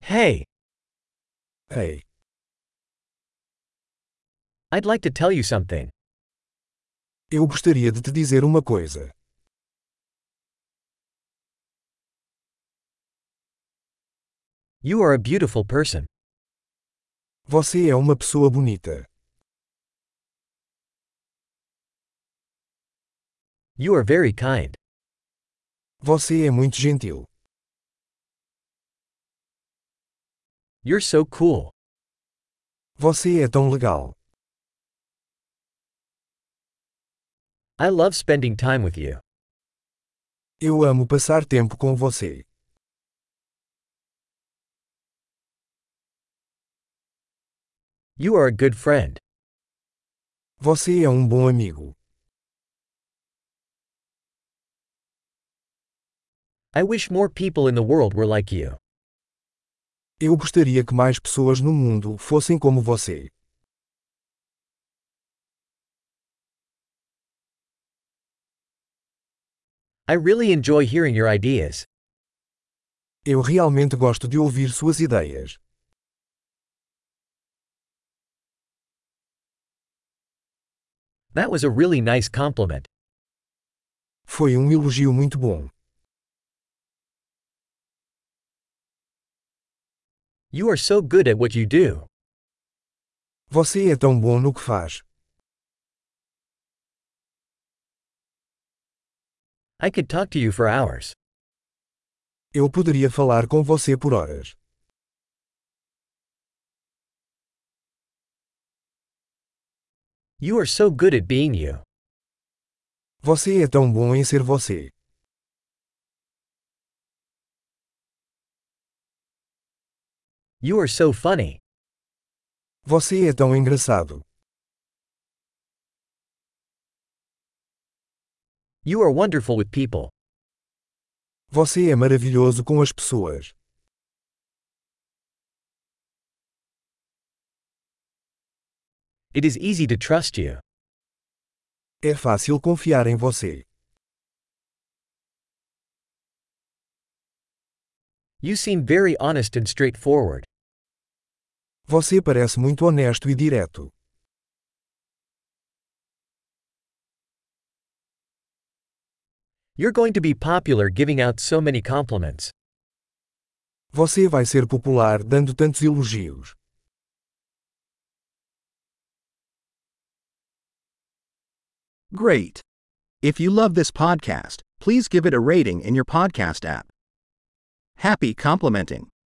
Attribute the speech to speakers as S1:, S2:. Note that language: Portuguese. S1: Hey,
S2: Hey,
S1: I'd like to tell you something.
S2: eu gostaria de te dizer uma coisa.
S1: You are a beautiful person.
S2: Você é uma pessoa bonita.
S1: You are very kind.
S2: Você é muito gentil.
S1: You're so cool.
S2: Você é tão legal.
S1: I love spending time with you.
S2: Eu amo passar tempo com você.
S1: You are a good friend.
S2: Você é um bom amigo.
S1: I wish more people in the world were like you.
S2: Eu gostaria que mais pessoas no mundo fossem como você.
S1: I really enjoy hearing your ideas.
S2: Eu realmente gosto de ouvir suas ideias.
S1: That was a really nice compliment.
S2: Foi um elogio muito bom.
S1: You are so good at what you do.
S2: Você é tão bom no que faz.
S1: I could talk to you for hours.
S2: Eu poderia falar com você por horas.
S1: You are so good at being you.
S2: Você é tão bom em ser você.
S1: You are so funny.
S2: Você é tão engraçado.
S1: You are wonderful with people.
S2: Você é maravilhoso com as pessoas.
S1: It is easy to trust you.
S2: É fácil confiar em você.
S1: You seem very honest and straightforward.
S2: Você parece muito honesto e direto.
S1: You're going to be popular giving out so many compliments.
S2: Você vai ser popular dando tantos elogios.
S3: Great. If you love this podcast, please give it a rating in your podcast app. Happy complimenting.